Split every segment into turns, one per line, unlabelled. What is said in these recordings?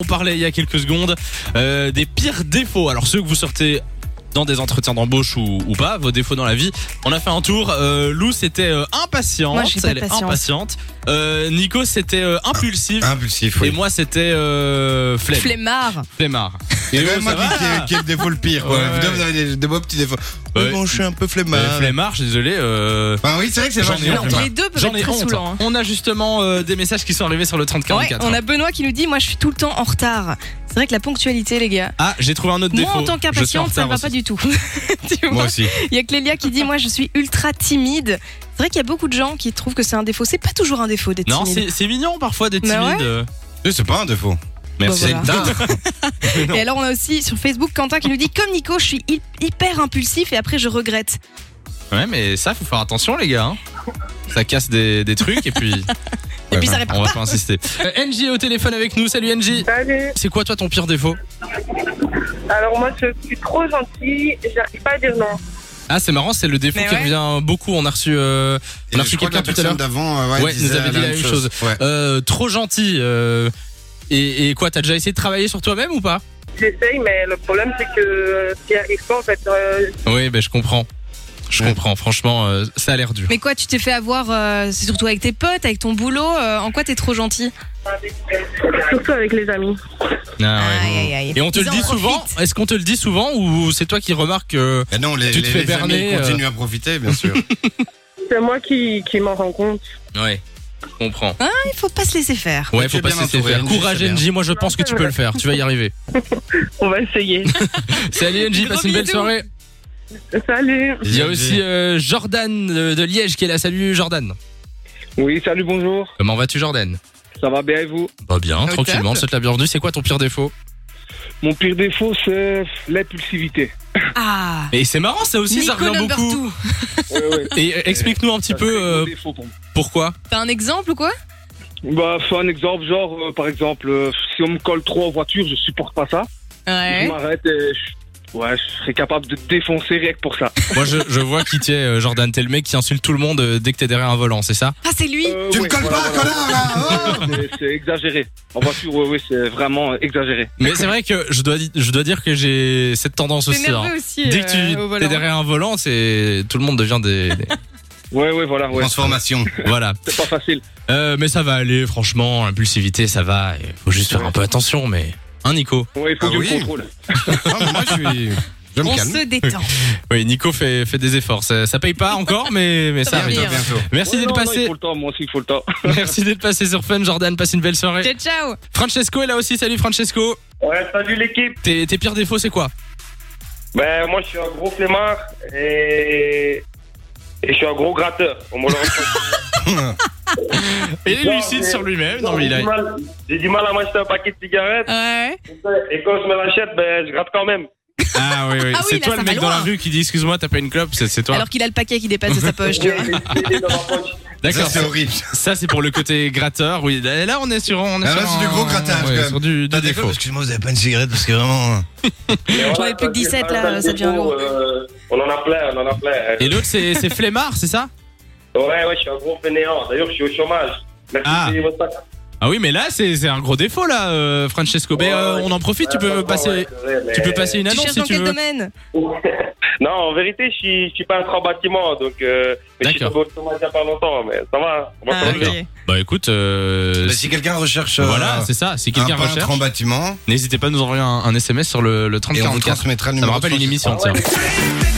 On parlait il y a quelques secondes euh, des pires défauts. Alors ceux que vous sortez dans des entretiens d'embauche ou, ou pas, vos défauts dans la vie. On a fait un tour. Euh, Lou c'était euh, impatiente,
Moi, je suis pas
elle est
patiente.
impatiente. Euh, Nico c'était euh, impulsif
Impulsif,
et
Ah, oui.
moi c'était euh, flemme,
Flemmard.
flemmard.
Et
eux,
même moi
ça va
qui, qui- qui est le défaut le pire.
Ouais,
ouais. Vous
ouais.
Vous avez des, des beaux petits défauts. Mais
Ouais.
bon, je suis un peu flemmard.
Euh, flemmard, je suis désolé. euh,
Ah oui, c'est vrai que c'est
J'en ai
vachement
honte.
flemmard.
les deux peuvent
J'en
être
ai
très
honte.
saoulants. hein.
On a justement euh, des messages qui sont arrivés sur le 3044.
Ouais, on a Benoît qui nous dit Moi, je suis tout le temps en retard. C'est vrai que la ponctualité, les gars.
Ah, j'ai trouvé un autre
Moi,
défaut.
en tant
Je suis en
qu'impatiente, ça ne
retard
va
aussi.
pas du tout. Tu vois
aussi.
Il y a Clélia qui dit Moi, je suis ultra timide. C'est vrai qu'il y a beaucoup de gens qui trouvent que c'est un défaut. C'est pas toujours un défaut d'être
Non,
timide.
c'est c'est mignon parfois d'être
Bah ouais.
timide. euh.
Oui, C'est pas un défaut.
Merci.
C'est
Voilà.
une tare.
non.
Et alors, on a aussi sur Facebook Quentin qui nous dit Comme Nico, je suis hy- hyper impulsif et après, je regrette.
Ouais, mais ça, faut faire attention, les gars. hein. Ça casse des, des trucs et puis.
Et puis, ça répare
On va pas insister. Euh, NJ est au téléphone avec nous. Salut NJ.
Salut.
C'est quoi, toi, ton pire défaut
Alors moi je suis trop gentille, j'arrive pas à dire non.
Ah, c'est marrant, c'est le défaut
Mais
qui
ouais.
revient beaucoup. On a reçu, euh, on a
Je
reçu
crois que
quelqu'un
la
tout à l'heure.
personne d'avant euh,
Ouais,
disait
nous avait dit la même chose.
Ouais.
Euh, trop gentil. euh, et, et quoi, t'as déjà essayé de travailler sur toi-même ou pas
J'essaye mais le problème c'est que j'y arrive pas en fait. Euh,
Oui, ben je comprends. Je
Ouais.
comprends, franchement, euh, ça a l'air dur.
Mais quoi, tu t'es fait avoir, euh, c'est surtout avec tes potes, avec ton boulot. euh, en quoi t'es trop gentil
surtout avec les amis.
Ah, ouais.
Aïe, aïe, aïe.
Et on te
Ils
le
en
dit
profitent.
souvent Est-ce qu'on te le dit souvent ou c'est toi qui remarques euh que.
Et non, les,
Tu te
les-
fais
les amis
berner, euh.
continuent à profiter, bien sûr.
C'est moi qui, qui m'en rends compte.
Ouais, je comprends.
Il faut pas se laisser faire.
Ouais,
Tu
faut
es
pas
bien
se laisser
entouré,
faire.
NJ,
Courage,
c'est bien.
NJ. Moi, je pense que tu peux le faire. Tu vas y arriver.
On va essayer.
Salut, NJ.
Gros
Passe une belle
bisous.
soirée.
Salut.
Il y a aussi euh, Jordan euh, de Liège qui est là. Salut, Jordan.
Oui, salut, bonjour.
Comment vas-tu, Jordan
Ça va bien et vous
Bah, bien,
Au
tranquillement. Je te souhaite la bienvenue. C'est quoi ton pire défaut
Mon pire défaut, c'est l'impulsivité.
Ah
Et c'est marrant, ça aussi, ça
Nico
revient
number
beaucoup.
two.
Ouais, ouais.
Et euh, explique-nous un petit
Ça, c'est
peu
mon
euh,
défaut pour moi.
pourquoi.
T'as un exemple ou quoi
Bah, faut un exemple, genre, euh, par exemple, euh, si on me colle trop en voiture, je supporte pas ça. Je
Ouais.
m'arrête et je... Ouais, je serais capable de défoncer rien que pour ça.
Moi, je, je vois qui t'es, euh, Jordan. T'es le mec qui insulte tout le monde euh, dès que t'es derrière un volant, c'est ça
Ah, c'est lui
Euh,
Tu me
ouais,
colles
voilà,
pas,
voilà.
connard, là oh
C'est- C'est exagéré. En voiture, oui, oui, c'est vraiment exagéré.
Mais c'est vrai que je dois, di- je dois dire que j'ai cette tendance
T'es
aussi. hein.
nerveux aussi.
Dès que
euh,
tu
au volant.
es derrière un volant, c'est tout le monde devient des, des-
Ouais, ouais, voilà, ouais.
Transformation.
voilà.
C'est pas facile.
Euh, mais ça va aller, franchement, l'impulsivité, ça va. Il faut juste faire un peu attention, mais. Hein, Nico
Ouais, il faut
Ah
du
oui.
contrôle.
Non, mais moi, je suis. Je me
On
calme.
se détend.
Oui, Nico fait, fait des efforts. Ça, ça paye pas encore, mais, mais
Ça
ça
va
arrive.
venir.
Bientôt.
Merci
Ouais,
d'être
non, non, Il
passé.
faut le temps, moi aussi, il faut le temps.
Merci d'être passé sur Fun, Jordan. Passe une belle soirée.
Ciao, ciao
Francesco est là aussi. Salut, Francesco.
Ouais, salut l'équipe.
Tes tes pires défauts, c'est quoi
Ben, moi, je suis un gros flemmard et... et je suis un gros gratteur. On me le reproche.
Il est
Non,
lucide
mais-
sur lui-même. Non, mais il
J'ai
a.
du mal- J'ai du mal à m'acheter un paquet de cigarettes
Ouais.
et quand je me l'achète, ben, je gratte quand même.
Ah oui, oui.
Ah oui,
c'est
là,
toi
ça
le
va
mec dans la
loin.
rue qui dit Excuse-moi, t'as pas une clope C'est c'est toi.
Alors qu'il a le paquet qui dépasse de sa poche, tu
J'ai
vois.
des CD dans ma poche.
Ça,
D'accord.
c'est horrible.
Ça, c'est pour le côté gratteur. Oui, là, là, on est sur. On est
Ah, là,
sur
c'est du
un-
gros grattage,
ouais,
quand même.
sur du, du
T'as des
défaut.
fautes. Excuse-moi, vous avez pas une cigarette parce que vraiment. hein.
Mais voilà,
ai plus que
ça,
17,
c'est
là,
un
ça devient
défaut,
lourd.
euh, On en a plein, on en a plein.
Et l'autre, c'est c'est Flemmard, c'est ça
Ouais, ouais, je suis un gros fainéant. D'ailleurs, je suis au chômage. Merci
Ah.
de payer votre taxe.
Ah oui, mais là, c'est c'est un gros défaut, là, euh, Francesco. Mais
Ouais,
euh,
ouais,
on en profite, tu peux,
Ouais,
passer,
Ah, ouais, c'est vrai,
tu
mais-
peux passer une
Tu
annonce
cherches
si
dans
tu
quel
veux.
domaine
Non, en vérité, je suis, je suis pas un en bâtiment, donc euh, mais je suis
D'accord.
tombé au chômage il y a pas longtemps, mais ça va, on va
Ah,
s'en relever.
ok.
Bah écoute, euh,
Mais si quelqu'un recherche. euh,
voilà, c'est ça. Si
Un
quelqu'un
peintre
recherche,
en bâtiment.
n'hésitez pas à nous envoyer un, un SMS sur le, le
Et on vous
3044.
transmettra le
Ça me
numéro.
rappelle une
de
émission,
Ah
tiens.
ouais.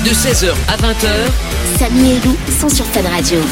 De 16h à 20h,
Samy et Lou sont sur Fun Radio.